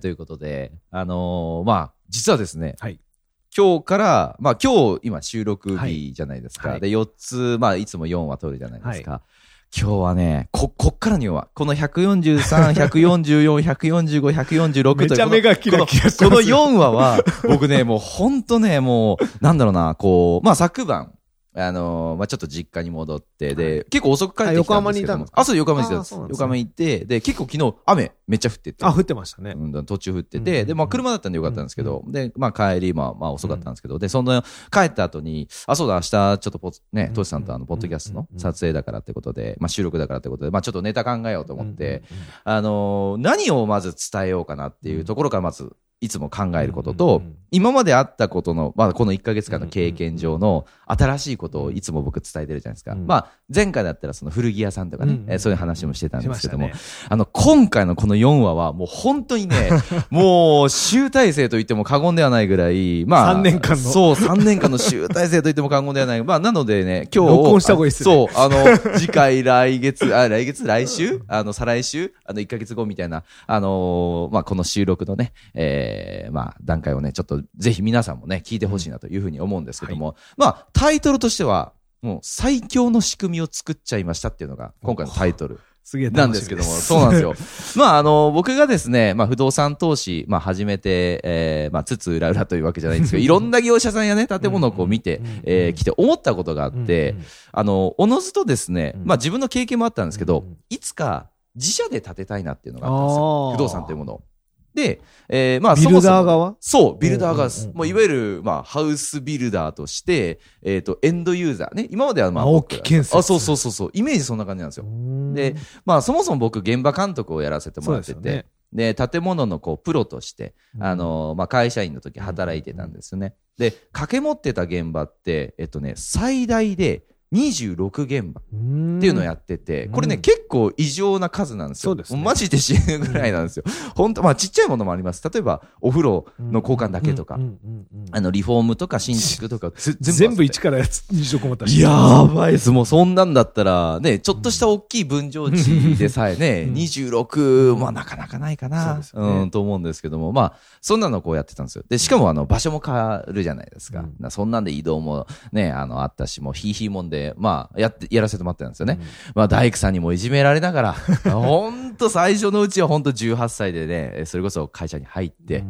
ということで、あのーまあ、実はですね、はい今日から、まあ、今日、今、収録日じゃないですか。はいで、4つ、まあ、いつも4話撮るじゃないですか。今日はね、こ、こっからの4話。この143、144、145、146めちゃとい目うこのがキラキラしてこますの4話は、僕ね、もうほんとね、もう、なんだろうな、こう、まあ昨晩、あのーまあちょっと実家に戻って、で、結構遅く帰ってきたんですけどもあ横浜にいたんですかあ、そう、横浜にいたんですあそうなんですね横浜行って、で、結構昨日、雨めっちゃ降ってて。あ、降ってましたね。うん、途中降ってうんうんて、うんで、まあ、車だったんでよかったんですけど、で、まあ、帰り、まあ、まあ、遅かったんですけど、で、その、帰った後に、あ、そうだ、明日、ちょっとポツ、うんうねん、トシさんとあの、ポッドキャストうんのうんうん撮影だからってことで、まあ、収録だからってことで、まあ、ちょっとネタ考えようとと思って、、あのー何をまず伝えようかなっていうところからまずいつも考えることと、うんうんうん今まであったことの、まあ、この1ヶ月間の経験上の新しいことをいつも僕伝えてるじゃないですか、うんまあ、前回だったらその古着屋さんとかね、うんうんえーそういう話もしてたんですけども、しまあの今回のこの4話はもう本当に ねもう集大成と言っても過言ではないぐらい、まあ、三年間のそう3年間の集大成と言っても過言ではない、まあ、なのでね今日録音した方がいいっすねそうあの、次回来月、あ、来月、来週、あの、再来週、あの、1ヶ月後みたいな、あのーまあ、この収録のね、えーまあ、段階をね、ちょっと、ぜひ皆さんもね、聞いてほしいなというふうに思うんですけども、まあ、タイトルとしては、もう、最強の仕組みを作っちゃいましたっていうのが、今回のタイトルすげえなんですけども、そうなんです よ。まあ、あの、僕がですね、まあ、不動産投資、まあ、始めて、えー、まあ、つつ裏裏というわけじゃないんです けど、いろんな業者さんやね、建物をこう見てうんうんうん、えー、来て思ったことがあっうんうんて、あの、おのずとですね、うんまあ自分の経験もあったんですけど、うんうんいつか自社で建てたいなっていうのがあったんですあよー。不動産というものを。で、えー、まあビそルもそダーも。側そう、ビルダーが、うんうんうんもういわゆる、まあ、ハウスビルダーとして、えっ、と、エンドユーザーね。今までは、まあ、青木建設あ、そうそうそうそう。イメージそんな感じなんですよ。でで、まあ、そもそも僕、現場監督をやらせてもらってそて、うですよねで建物のこうプロとして、うんあのまあ、会社員の時働いてたんですよね。で掛け持ってた現場って、えっとね、最大で26現場っていうのをやってて、うんこれね、うん結構異常な数なんですよ。そうですねもマジで死ぬぐらいなんですよ。本当、まあ、ちっちゃいものもあります。例えば、お風呂の交換だけとか、うんうんうんうんあのリフォームとか新築とか、ぜ全合わせ部て一からやつ二十個もたいやーばいです。もうそんなんだったら、ね、ちょっとした大きい分譲地でさえね、うん26、まあなかなかないかそうなで、すうよねん、と思うんですけども、まあ、そんなのこうやってたんですよ。で、しかもあの、場所も変わるじゃないですか。うんなそんなんで移動もね、あの、あったし、もうヒーヒーもんで、まあ、やって、やらせてもらってたんですよね。まあ、大工さんにもいじめられながら、 ほんと最初のうちはほんと18歳でね、それこそ会社に入って、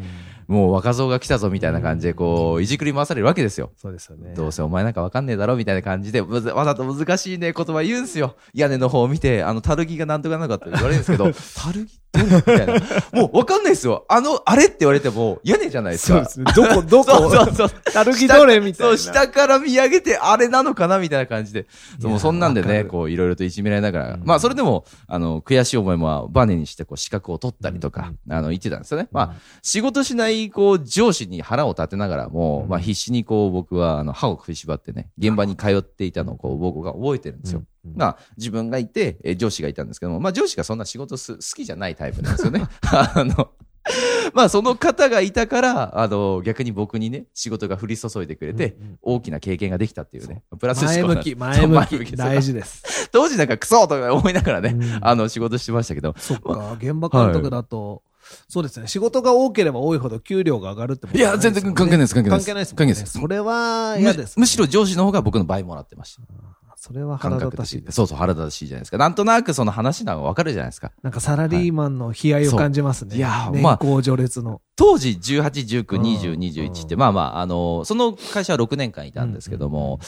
もう若造が来たぞみたいな感じで、こう、いじくり回されるわけですよ。そうですよねどうせお前なんかわかんねえだろみたいな感じで、むずわざと難しいね言葉言うんすよ。屋根の方を見て、あの、たるぎがなんとかなのかって言われるんです けど、たるぎどれみたいな。もうわかんないですよ。あの、あれって言われても屋根じゃないですそうでか。すねどこどそうこそうそう。 歩きどれみたいそう、な下から見上げてあれなのかなみたいな感じで。やもうそんなんでわかね、るこう、いろいろといじめられながら、うんまあ、それでも、あの、悔しい思いもバネにして、こう、資格を取ったりとか、あの、言ってたんですよね。まあ、仕事しない、こう、上司に腹を立てながらも、うんまあ、必死に、こう、僕は、あの、歯を食いしばってね、現場に通っていたのを、こう、僕が覚えてるんですよ。うんうんまあ、自分がいて、えー上司がいたんですけども、まあ、上司がそんな仕事す好きじゃないタイプなんですよ ね。あの、まあ、その方がいたから、あの、逆に僕にね、仕事が降り注いでくれて、うんうん大きな経験ができたっていうね、プラス思前考なん向ですき前そう向前向きき大事です当時なんかクソとか思いなが らね、うんあの、仕事してましたけど、そっか現場監督だとそうですね仕事が多ければ多いほど給料が上がるってもんいじゃや、な全ですもん然関係ねないです、関係ないで関す。係な関係いですもんねないです。それは嫌むです。むしろ上司の方が僕の倍もらってました。それは感腹立覚た的しいにで。す。そうそう、腹立たしいじゃないですか。なんとなくその話なのわかるじゃないですか。なんかサラリーマンの悲哀を感じますはね。いいやー年まあ功序列の。当時18、19、20、うん21って、うんまあまあ、あの、その会社は6年間いたんですけども、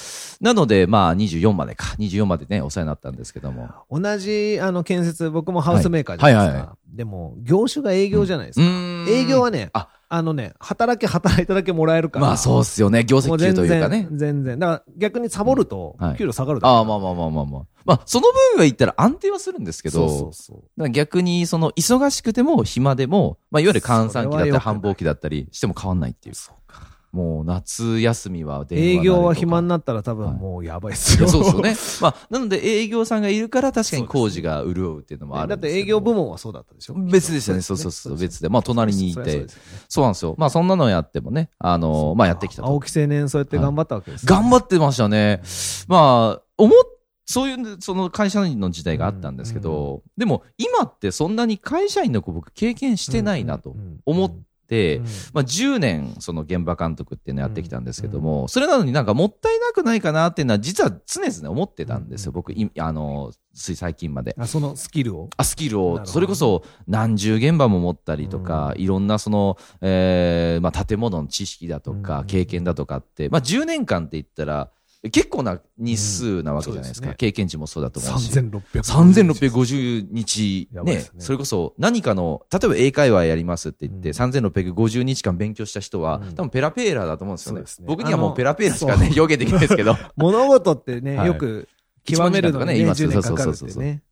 なので、まあ24までか、24までね、お世話になったんですけども。同じあの建設、僕もハウスメーカーじゃないですはいはいか。でも、業種が営業じゃないですうか。ーん営業はね、あ、あのね、働け働いただけもらえるから。まあそうっすよね。業も績う級全というかね然、。全然。だから逆にサボるとうんはい、給料下がるだけああ、まあまあまあまあまあ。まあ、その分は言ったら安定はするんですけど、そうそうそう。だから逆に、その、忙しくても、暇でも、まあ、いわゆる閑散期だったそれはり、良くない繁忙期だったりしても変わんないっていう。もう、夏休みは電話営業は暇にななったら多分はいもうやばいっりすとよ。かいや そう ですよね。まあ、なので営業さんがいるから、確かに工事が潤うっていうのもあだるっんですてけど。営業部門はそうだったでしょ別でしたね。そうそうそう。別で。まあ、隣にいそりゃそうてで。すよねそうなんですよ。まあ、そんなのやってもね、あの、まあ、やってきたと。青木青年そうやって頑張ったわけですね。頑張ってましたね。まあ、思っそういう、その会社員の時代があったんですけど、でも今ってそんなに会社員の子僕経験してないなと思っうんてう、んまあ10年その現場監督っていうのやってきたんですけども、それなのになんかもったいなくないかなっていうのは実は常々思ってたんですよ、僕、いあの、つい最近まで。あそのスキルを。あスキルなるほをどそれこそ何十現場も持ったりとか、いろんなその、えーまあ、建物の知識だとか、うん経験だとかって、まあ、10年間って言ったら結構な日数なわけじゃないですか、うんそうですね経験値もそうだと思うし。 3600。 3650日やばいねですねそれこそ何かの例えば英会話やりますって言って、うん3650日間勉強した人は、うん多分ペラペーラーだと思うんですよねそうですね僕にはもあうのペラペーラーしかね表現できないですけ ど物事ってね、はいよく極めるのにね、一番時10間と年かねかかるっそうそうそうてそうね。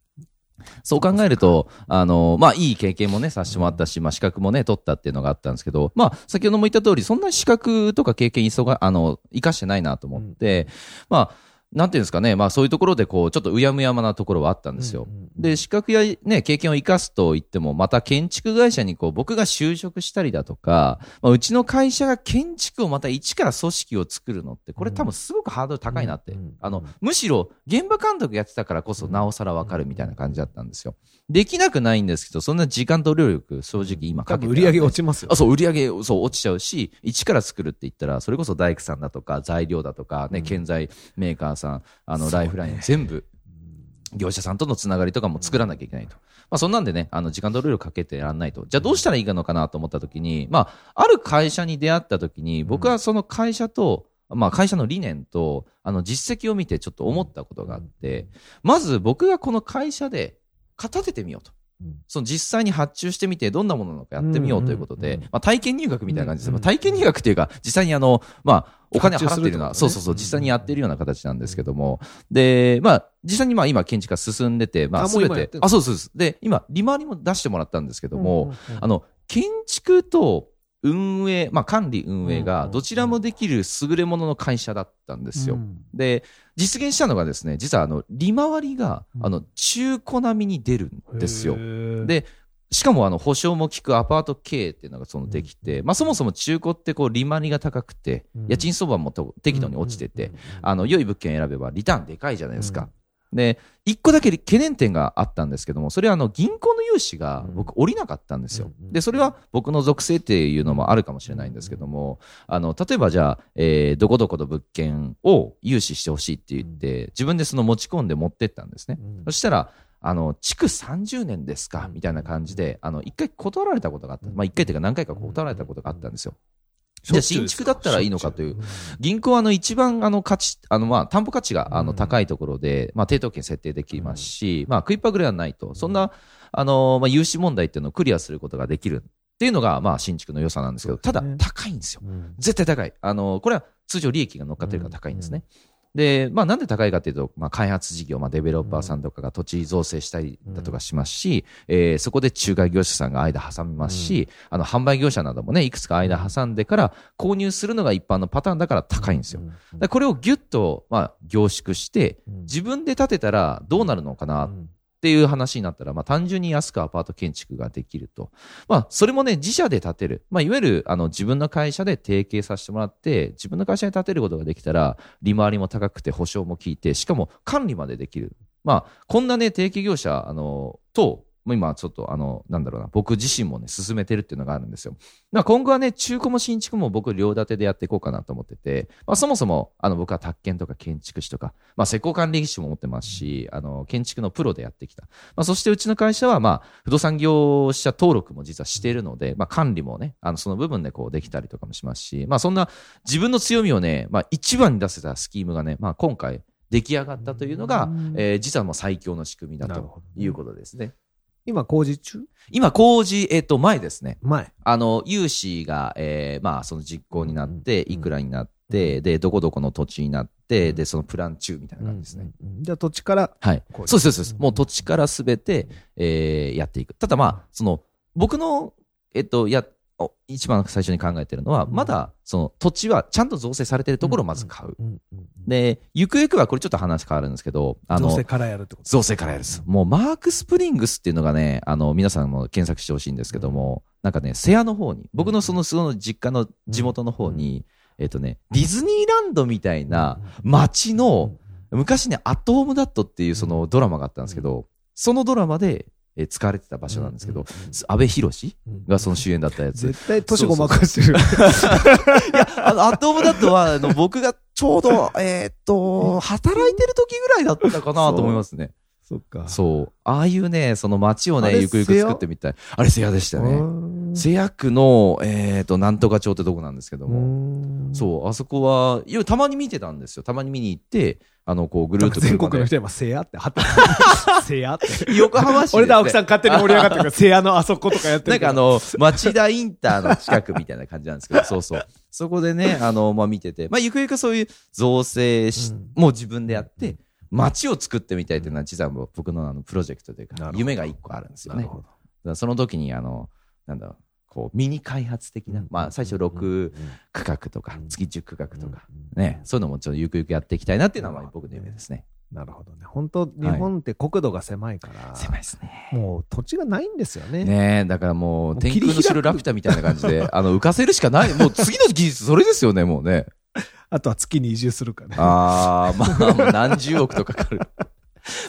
そう考えると、あの、まあ、いい経験もね、させてもらったし、まあ、資格もね、取ったっていうのがあったんですけど、まあ、先ほども言った通り、そんな資格とか経験、急が、あの、生かしてないなと思って、まあ、なんていうんですかね、まあ、そういうところで、こう、ちょっとうやむやまなところはあったんですよ。うんうんうんで、資格やね、経験を生かすと言っても、また建築会社にこう、僕が就職したりだとか、まあ、うちの会社が建築をまた一から組織を作るのって、これ多分すごくハードル高いなって。うんうんあの、むしろ現場監督やってたからこそ、なおさらわかるみたいな感じだったんですよ。できなくないんですけど、そんな時間と労力、正直今多かけてな分売いり上げ落ちますよあ。そう売り上げそう落ちちゃうし一から作るって言ったらそれこそ大工さんだとか材料だとか、ねうん建材メーカーさんあのそうラねイフライン全部、業者さんとのつながりとかも作らなきゃいけないと、まあ、そんなんでねあの時間とルールかけてやらないとじゃあどうしたらいいのかなと思った時に、まあ、ある会社に出会った時に僕はその会社と、まあ、会社の理念とあの実績を見てちょっと思ったことがあってまず僕がこの会社で片立ててみようと。うんその実際に発注してみて、どんなものなのかやってみようということで、うんうんうんまあ、体験入学みたいな感じです、うんまあうん体験入学っていうか、実際にあの、まあ、お金を払っているのは、発注そすうそうるってことねそう、うん実際にやっているような形なんですけども、で、まあ、実際にまあ今建築が進んでて、まああもう全今やてっ、てるあ、そうそうです。で、今、利回りも出してもらったんですけども、うんうんうんあの、建築と運営、まあ管理運営がどちらもできる優れものの会社だったんですよ。うんで、実現したのがですね、実はあの、利回りが、あの、中古並みに出るんですよへ。ーでしかもあの保証も効くアパート経営っていうのがそのできて、まあ、そもそも中古ってこう利回りが高くて、うん家賃相場もと適度に落ちてて、うんうんうんうんあの良い物件選べばリターンでかいじゃないですか。で1個だけ懸念点があったんですけどもそれはあの銀行の融資が僕降りなかったんですようんでそれは僕の属性っていうのもあるかもしれないんですけどもあの例えばじゃあ、えーどこどこの物件を融資してほしいって言って自分でその持ち込んで持ってったんですねうんそしたら、あの、築30年ですかう、んみたいな感じで、あの、一回断られたことがあった。うんまあ、一回というか何回か断られたことがあったんですよ。じゃあ新築だったらいいのかという。銀行はあの一番あの価値、あのまあ担保価値があのうん高いところで、まあ抵当権設定できますし、まあ食いっぱぐれはないと。そんな、あの、まあ融資問題っていうのをクリアすることができるっていうのが、まあ新築の良さなんですけど、そたうでだすね高いんですよ。うん絶対高い。あの、これは通常利益が乗っかってるから高いんですね。で、まあなんで高いかっていうと、まあ開発事業、まあデベロッパーさんとかが土地造成したりだとかしますし、えーそこで仲介業者さんが間挟みますし、あの販売業者などもね、いくつか間挟んでから購入するのが一般のパターンだから高いんですよ。だからこれをギュッと、まあ凝縮して、自分で建てたらどうなるのかなっていう話になったら、まあ、単純に安くアパート建築ができると。まあ、それもね、自社で建てる。まあ、いわゆる、あの、自分の会社で提携させてもらって、自分の会社で建てることができたら、利回りも高くて、保証も効いて、しかも管理までできる。まあ、こんなね、提携業者、あの、と、もう今ちょっと、あの、なんだろうな、僕自身もね、進めてるっていうのがあるんですよ。まあ、今後はね、中古も新築も僕、両建てでやっていこうかなと思ってて、まあ、そもそも、あの、僕は宅建とか建築士とか、まあ、施工管理技師も持ってますし、あの、建築のプロでやってきた。まあ、そしてうちの会社は、まあ、不動産業者登録も実はしているので、まあ、管理もね、あの、その部分でこうできたりとかもしますし、まあ、そんな自分の強みをね、まあ、一番に出せたスキームがね、まあ、今回出来上がったというのが、えー実はもう最強の仕組みだなるとほどいうことですね。今工事中今、工事、えっ、と、前ですね。前。あの、融資が、えーまあ、その実行になって、うんいくらになって、で、どこどこの土地になって、で、そのプラン中みたいな感じですね。うんうんうんじゃあ土地から、はいこ。うそうですそうですそうです。うんもう土地からすべて、えーやっていく。ただまあ、その、僕の、えっと、や、お一番最初に考えてるのは、うんまだ、その土地はちゃんと造成されてるところをまず買う。うんうんうんで、ゆくゆくは、これちょっと話変わるんですけど、あの、造成からやるってこと造成からやるです。もうマーク・スプリングスっていうのがね、あの、皆さんも検索してほしいんですけども、なんかね、瀬谷の方に、僕のその、その実家の地元の方に、えっとね、ディズニーランドみたいな街の、昔ね、アットホームダットっていうそのドラマがあったんですけど、そのドラマで、えー使われてた場所なんですけど、安部寛がその主演だったやつ。絶対年ごまかしてる。あの、アットホームダットは、あの、僕がちょうど、えーっと、働いてる時ぐらいだったかなと思いますね。そっかそう。ああいうね、その街をあね、れゆくゆく瀬谷作ってみたい。あれ、瀬谷でしたね。瀬谷区の、えっと、なんとか町ってとこなんですけども。うそう、あそこは、いや、たまに見てたんですよ。たまに見に行って、あの、こう、ぐん。るなっんかと全国の車で人今、せやって、は た。せやって。横浜市ですね俺と青木さん勝手に盛り上が ってるから、せやのあそことかやってなんるかあら。の、町田インターの近くみたいな感じなんです けど、そうそう。そこでね、あの、まあ、見てて、まあ、ゆくゆくそういう造成し、うんもう自分でやって、街を作ってみたいっていうのは、実はもう僕のあの、プロジェクトというなるかほ、ど夢が一個あるんですよなね。るほどだからその時にあのなんだろうこうミニ開発的な、まあ、最初6区画とかうん月10区画とか、うんね、そういうのもちょっとゆくゆくやっていきたいなっていうのはまあ僕の夢ですね。なるほどね。本当日本って国土が狭いから、狭いですね。もう土地がないんですよね。ねえだからもうもう天空の城ラピュタみたいな感じであの浮かせるしかないもう次の技術それですよねもうねあとは月に移住するかね。あ あまあもう何十億とかかかる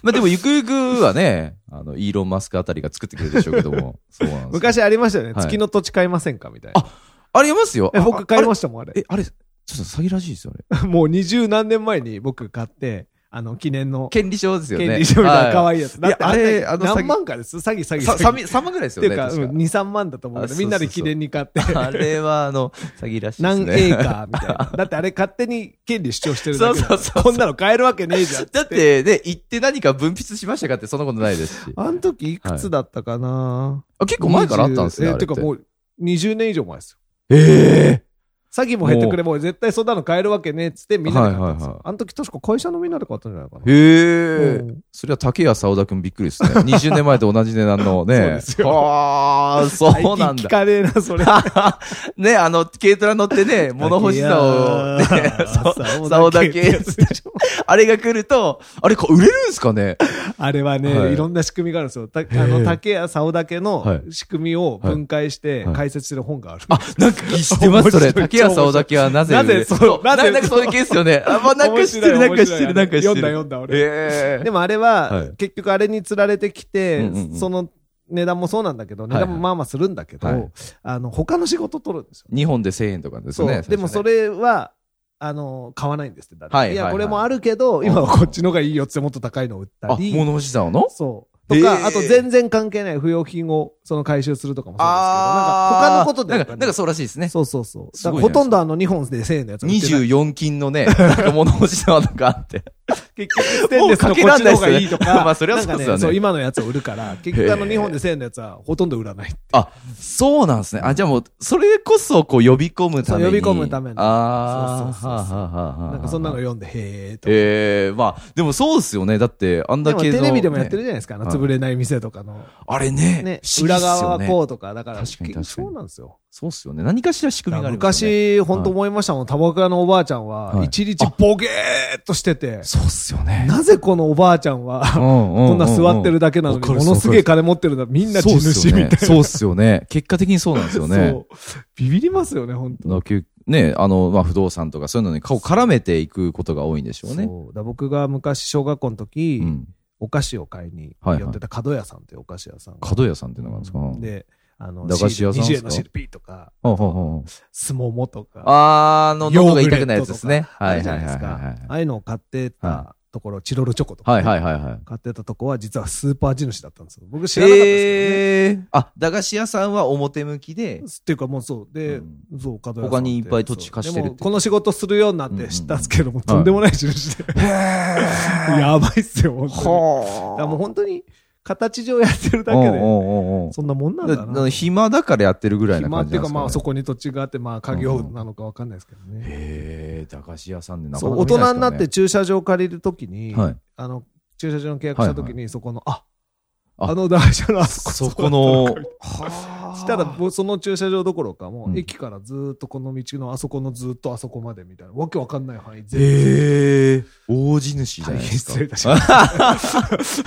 まあでもゆくゆくはねあのイーロン・マスクあたりが作ってくれるでしょうけど もそうなんですよ昔ありましたよね。はい月の土地買いませんかみたいな。あれやますよえ僕買いあましたもん、ああれれ。えあれちょっと詐欺らしいですよあれ もう二十何年前に僕買って、あの、記念の権利証ですよね。権利書みたいな可愛いやつ。はいいやだっあてれあの詐欺何万かです詐欺詐欺さ詐さ欺。っみさまぐらいですてよいね。うか、確うん二三万だと思うんあそうそうで、そうみんなで記念に買って。か あれは、あの、詐欺らしいです何ね。エ ーカーみたいな。だってあれ勝手に権利主張してるだけだそうそうそうそう こんなの買えるわけねえじゃん。 だって、ね、行って何か分泌しましたかって、そんなことないですし。あの時いくつだったかな、あ結構前からあったんですね。えあれてってかもう20年以上前ですよ。え詐欺も減ってくれ、もう絶対そんなの買えるわけねっつってみんなで買ったんはいですよ。はいはいあの時確か会社のみんなで買ったんじゃないかな。えへえうんそれは竹谷沢田くんびっくりですね。20年前 と同じ値段のね。そうですよああ、そうなん最近聞だ。かねえな、そ れ。ね、あの、軽トラ 乗ってね、物干し竿を、ね、そう竿だけやつでしょ あれが来ると、あれ、こう売れるんですかねあれはね、はいい、ろんな仕組みがあるんですよ。たあへのえ竹や竿だけはのい仕組みを分解してはい解説する本がある。あ、なん か知ってます、そ面白れ。い竹谷さんだけはなぜなぜそうそうななぜぜなんかそういうケースよね。あ、まあ、なんか知ってる、なん面白いか知ってる、面白いなんか知ってる。読んだ読んだ俺ええでも、もあれは、はい結局あれに釣られてきて、うんうんうんその値段もそうなんだけど、値段もまあまあするんだけど、はいあの他の仕事取るんですよ。 2本で1000円とかですそうよね。でもそれ、れは、あの、買わないんですって、だってはいいはいはや、いこれもあるけど、今はこっちのがいいよっつってもっと高いのを売ったあ、り、物干し竿のそう。とへか、ーあと全然関係ない不用品をその回収するとかもそうですけど、なんか他のことでなやんっぱか、りなんかそうらしいですね。そうそうそう。すだごかいらねほとんどあの2本で1000円のやつは売ってない24金の ね、なんか物干し竿なんかあって。結局、ステンレスのこっちの方がい いとか、まあそれはそうですよねなんかそう、今のやつを売るから、結へえ局あの2本で1000円のやつはほとんど売らない。あ、そうなんですね。あ、じゃあもう、それこそ、こう、呼び込むために。そう呼び込むためのああ、そうそうそうそうはあはあはあはあなんかそんなの読んで、へえと。ええまあ、でもそうですよね。だって、あんでだもけテのレビでもやってるじゃねないですか、あのはい潰れない店とかの。あれね。ね、不思議っ裏すよね側はこうとか、だから、確かに確かにそうなんですよ。そうっすよね。何かしら仕組みがありますよね。昔、本当思いましたもん、タバコ屋のおばあちゃんはは、い一日ボゲーっとしてて、そうっすよね。なぜこのおばあちゃんは、ここんな座ってるだけなのに、ものすげえ金持ってるんだ、みんな地主みたいな。そうっすよね。結果的にそうなんですよね。そうビビりますよね、本当だからね、あの、まあ、不動産とかそういうのに顔絡めていくことが多いんでしょうね。そうだから僕が昔小学校の時、うん。お菓子を買いにはい寄はいってた角屋さんというお菓子屋さんが、角屋さんっていうのがあるんですかであの駄菓子屋さんですかシール20円のシルピーとかほうほうほうすももとかあー、あの、ヨ喉ーがグレッ痛くトとかないやつですね。あはいるじはゃいないはいではすいかはああいうのを買ってたところチロルチョコとか、い。はいはいはいはい。買ってたとこは実はスーパー地主だったんですよ僕知らなかったんですけどね、えー、あ、駄菓子屋さんは表向きで、っていうかもうそうで、うんそう角屋さん他にいっぱい土地貸してるってでもこの仕事するようになって知ったんですけども、うんうんとんでもない印で、やばいっすよ本当にだからもう本当に形上やってるだけうんで、うんうんうんそんなもんなんだだだからな。暇だからやってるぐらいな暇っ感じていなうでんか、すまか、あ、ね、そこに土地があって、まあ、家業なのかわかんないですけどね。へえ駄菓子屋さんでなかそなかう大見ないです人からねになって駐車場借りるときに、はいあの駐車場の契約したときに、そこの、あああの台車のあそこそこのそうだったかしたら、もうその駐車場どころか、もうんう駅からずーっとこの道のあそこのずーっとあそこまでみたいな、わけわかんない範囲全部へえ大地主じゃな大い変ですか失礼いたしました。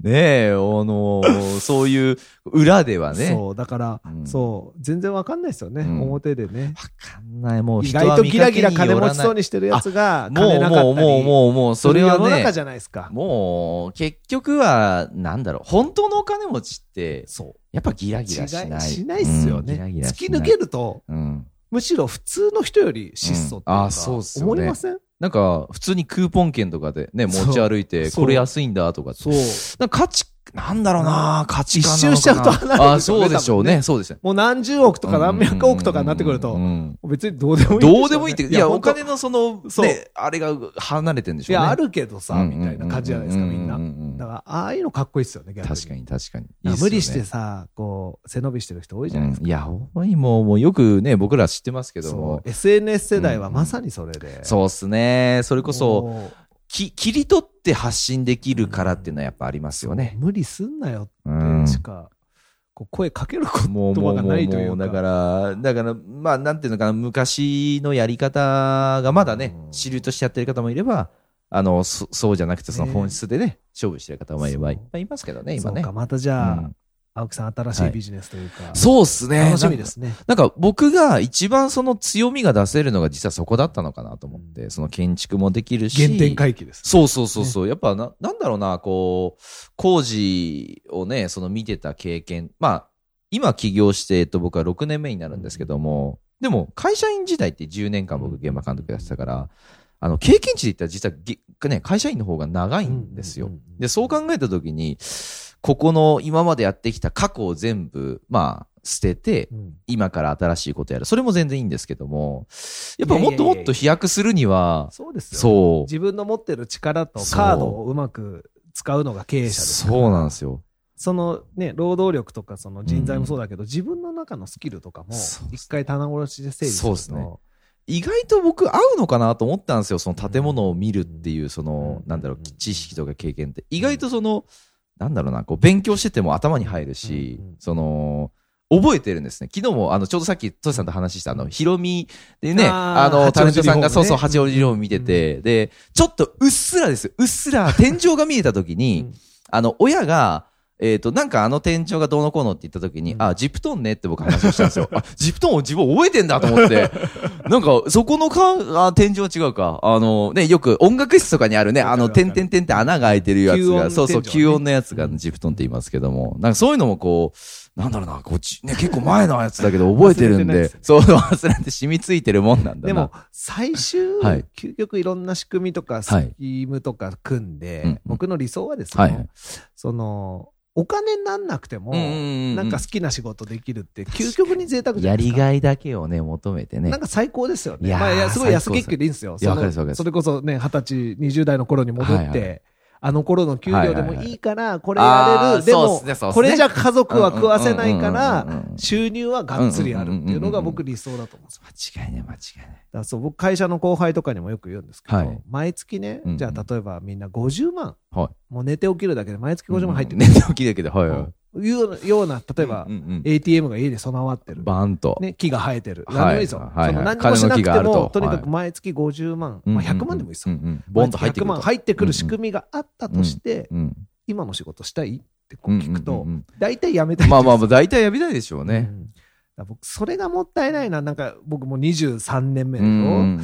ねえ、あのーそういう裏ではね。わそう、だから、うんそう、全然わかんないですよね、うん表でね。かんない、もう意人外はと見ギかラギけによらラない金持ちそうにしてるやつが、金なかったりもう、もう、もう、もう、それは世の中ね、じゃないですか。もう、結局は、なんだろう、本当のお金持ちって、そう。やっぱギラギラしない。違いしないっすよね。うんギラギラ突きしない抜けると、うん。むしろ普通の人より質素っていうか、うんあそうっすよね思いませんなんか、普通にクーポン券とかでね、そう持ち歩いて、そうこれ安いんだとかって。う。なんか価値、なんだろうな価値観なのかな一周しちゃうと離れるんでしょうねあ、 そうでしょうね。そうですね。もう何十億とか何百億とかになってくるうとんう、んうんうん別にどうでもいいんでしょね。どうでもいいって、いや、お本金のその、そうね、あれが離れてんでし当いょうね。や、あるけどさ、うんうんうんみたいな感じじゃないですか、みんなう。うだから、ああいうのかっこいいっすよね、逆に。確かに確かに。だから無理していいっすよねさ、こう、背伸びしてる人多いじゃないですうんいや、多いもう、もうよくね、僕ら知ってますけか。どそもう。。SNS 世代はまさにそれで。そうっすね。それこそ、もうき、切り取って発信できるからっていうのはやっぱありますよね。無理すんなようっんて、。しか、こう声かけるこもう、も言葉う、がもなう、いといもうう、かだから、だから、まあ、なんていうのかな、昔のやり方がまだねう、ん主流としてやってる方もいれば、あの、そそうじゃなくて、その本質でね、勝負してる方もいれば、そういっぱいいますけどね、そ今うねか、。またじゃあ、うん青木さん新しいビジネスというか、そうっすね。楽しみですね。なんか僕が一番その強みが出せるのが実はそこだったのかなと思って、その建築もできるし。原点回帰です。そうそうそうそう。やっぱな、なんだろうな、こう、工事をね、その見てた経験。まあ、今起業して、えっと、僕は6年目になるんですけども、でも会社員時代って10年間僕現場監督やってたから、あの、経験値で言ったら実はげ、ね、会社員の方が長いんですようんうんうんう。んで、そう考えた時に、ここの今までやってきた過去を全部、まあ、捨てて、うん今から新しいことやる。それも全然いいんですけども、やっぱいやいもやっいとやもっと飛躍するには、そうですよ。そう。自分の持ってる力とそうカードをうまく使うのが経営者ですからそうなんですよ。そのね、労働力とかその人材もそうだけど、自分の中のスキルとかもそうっすね、一回棚卸しで整理すそうるっと。すね意外と僕合うのかなと思ったんですよ。その建物を見るっていう、その、うんなんだろう、知識とか経験って。意外とその、なんだろうな、こう、勉強してても頭に入るしうんうん、その、覚えてるんですね。昨日も、あの、ちょうどさっき、トシさんと話した、あの、ヒロミでね、ああーの、タレントさんが、八そう王子リホームねそう、八王子リホーム見てて、で、ちょっとうっすらですよ。うっすら、天井が見えた時に、うんあの、親が、えっ、と、なんかあの店長がどうのこうのって言った時に、うんあ、ジプトンねって僕話をしたんですよ。あ、ジプトンを自分覚えてんだと思って。 なんか、そこのか、あ、天井は違うか。あの、ね、よく音楽室とかにあるね、わかあるの、わかる点々点って穴が開いてるやつ吸音天井が、ねそうそう、吸音のやつがうんジプトンって言いますけども。なんかそういうのもこう、なんだろうな、こっち、ね、結構前のやつだけど覚えてるん忘れてないで、ですそう、忘れて染みついてるもんなんだな。でも、最終、はい究極いろんな仕組みとか、スはいキームとか組んで、うんうん僕の理想はですね、はいはいその、お金になんなくても、うんうんうんうんなんか好きな仕事できるって、究極に贅沢じゃなやいですりか。がいだけをね、求めてねなん。か最高ですよね。いやーまあ、いやすごい安最高です月給でいいんですよ。いやそわかりますわかりまのすそれこそね、二十歳、20代の頃に戻って、はいはあの頃の給料ではいはいもはいいいから、これやれあーる。でそうっもすねそうっすね、これじゃ家族は食わせないかうんうんうんうんうんうらん、収入はがっつりあるっていうんううのがんうんうん僕理想だと思うんですよ。間違いない、間違いない。だからそう僕会社の後輩とかにもよく言うんですけど、はい毎月ね、うんじゃあ例えばみんな50万はい。もう寝て起きるだけで毎月50万入ってくね。る、寝て起きだけど、はいはい。うんいうような例えば、うんうん ATM が家で備わってる、バーンと。ね、木が生えてる、はい何でもいいですよ、はいそのはい何もしなく金の木てがあもるととにかく毎月50万、うんうんまうあ、ん100万でもいいですよ、うんうんボンと入ってく毎ると。月100万入ってくるう仕んうん組みがあったとして、うん今の仕事したいってこう聞くと、うんうんうんうん大体やめたいまあまあまあ、大体やりたいでしょうねう。んだから僕それがもったいないななんか僕もう23年目うでんしょ、うんうんうん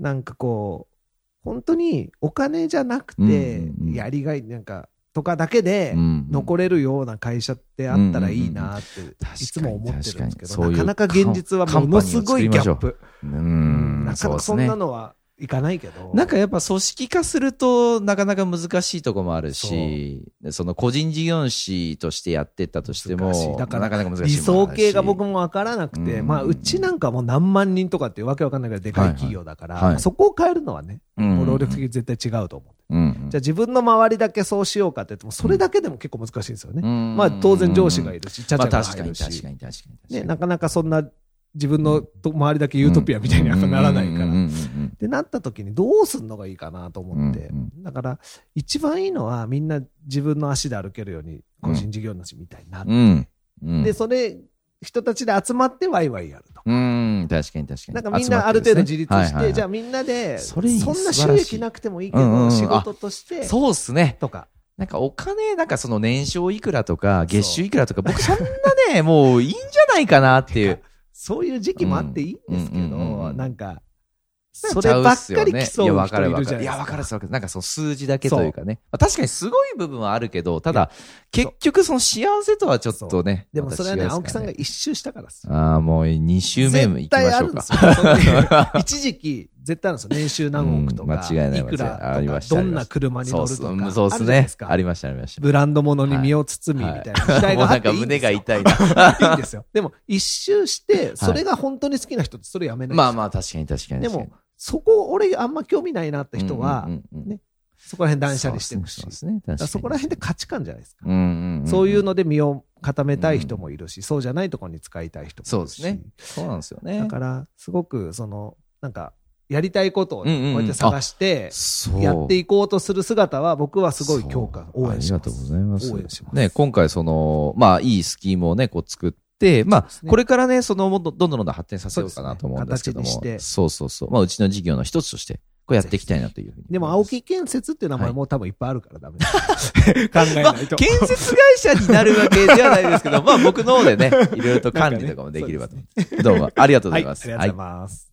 なんかこう、本当にお金じゃなくうんてうんう、んやりがい、なんか、とかだけでう、ん残れるような会社ってあったらいいなって、いつも思ってるんですけど、なかなか現実はものすごいギャップ。ううんんなかそうなでかすそんねな。のはいかないけど。なんかやっぱ組織化するとなかなか難しいとこもあるし、その個人事業主としてやってったとしても難しい、だからなかなか難しい理想系が僕ももわからなくて、うんまあ、うちなんかもう何万人とかっていうわけわかんないからいでかい企業だから、はいはいはいそこを変えるのはね、あるし、うんもう労力的に絶対違うと思う。うんじゃあ自分の周りだけそうしようかって言っても、それだけでも結構難しいんですよね。うんまあ、当然上司がいるし、ちゃちまゃあが確かに入る確しか、に確かに確かね、に。なかなかそんな自分のと周りだけユートピアみたいにはならないから。うんうんうんうんってなった時にどうすんのがいいかなと思って、うんだから一番いいのはみんな自分の足で歩けるように個人事業主みたいになって、うんうん。でそれ人たちで集まってワイワイやると。うん、確かに確かに。なんかみんなある程度自立して、じゃあ、あみんなで、そそれいいん素な晴ら収しい益なくてもいいけど、うんうんうん仕事として、そうっすね。とか。なんかお金、なんかその年商いくらとか、月収いくらとか、僕そんなね、 もういいんじゃないかなっていう。そういう時期もあっていいんですけど、うんうんうんうんなんか、そそれればばっっかかりり競競う人う人いいるるじじゃなや、ゃないいですかわかるわかる。なんかその数字だけというかね。まあ確かにすごい部分はあるけど、ただ、結局その幸せとはちょっとね。でもそれはね、また違う青っ木すかさんらがね一周したからですよ。ああ、もう2周目行きましょうか。絶対あるんですよ そういう一時期、絶対あるんですよ。年収何億とか、うん間違いないくらと間違いないありまかし、たどんな車にそ乗うるとか、すそうっすあるじゃないねです。かありました、ありました。ブランド物に身を包みみたいな時代もうがなあんってかいいんで胸すよ。が 痛いな。いいんですよ。でも、一周して、それが本当に好きな人ってそれやめないんですよまあまあ確かに確かに。でも、そこ、俺あんま興味ないなって人は、うんうんうんうんねそこら辺断捨離してるし、そうだですね。確かからにそこら辺で価値観じゃないですか。うんうんんそういうので身を固めたい人もいるし、そうじゃないところに使いたい人もいそうるでし。すね。そうなんですよね。だから、すごく、その、なんか、やりたいことをうんうんうねんこうやって探して、そうやっていこうとする姿は、僕はすごい強化、そう応援しまあす。りがとうございます。応援します。ね、今回その、まあ、いいスキームをね、こう作って、まそうですあ、ねこれからね、その、もっとどんどんどんどん発展させようかなと思うんですけども。そうですね形にしてそうそうそう。まあ、うちの事業の一つとして、こうやっていきたいなというふうに。でも、青木建設っていう名は前いもう多分いっぱいあるから ダメです考えまあ、ないと。建設会社になるわけではないですけど、まあ、僕の方でね、いろいろと管理とかもできればと思って。どうも、ありがとうごはざい、いあます。りがとうございます。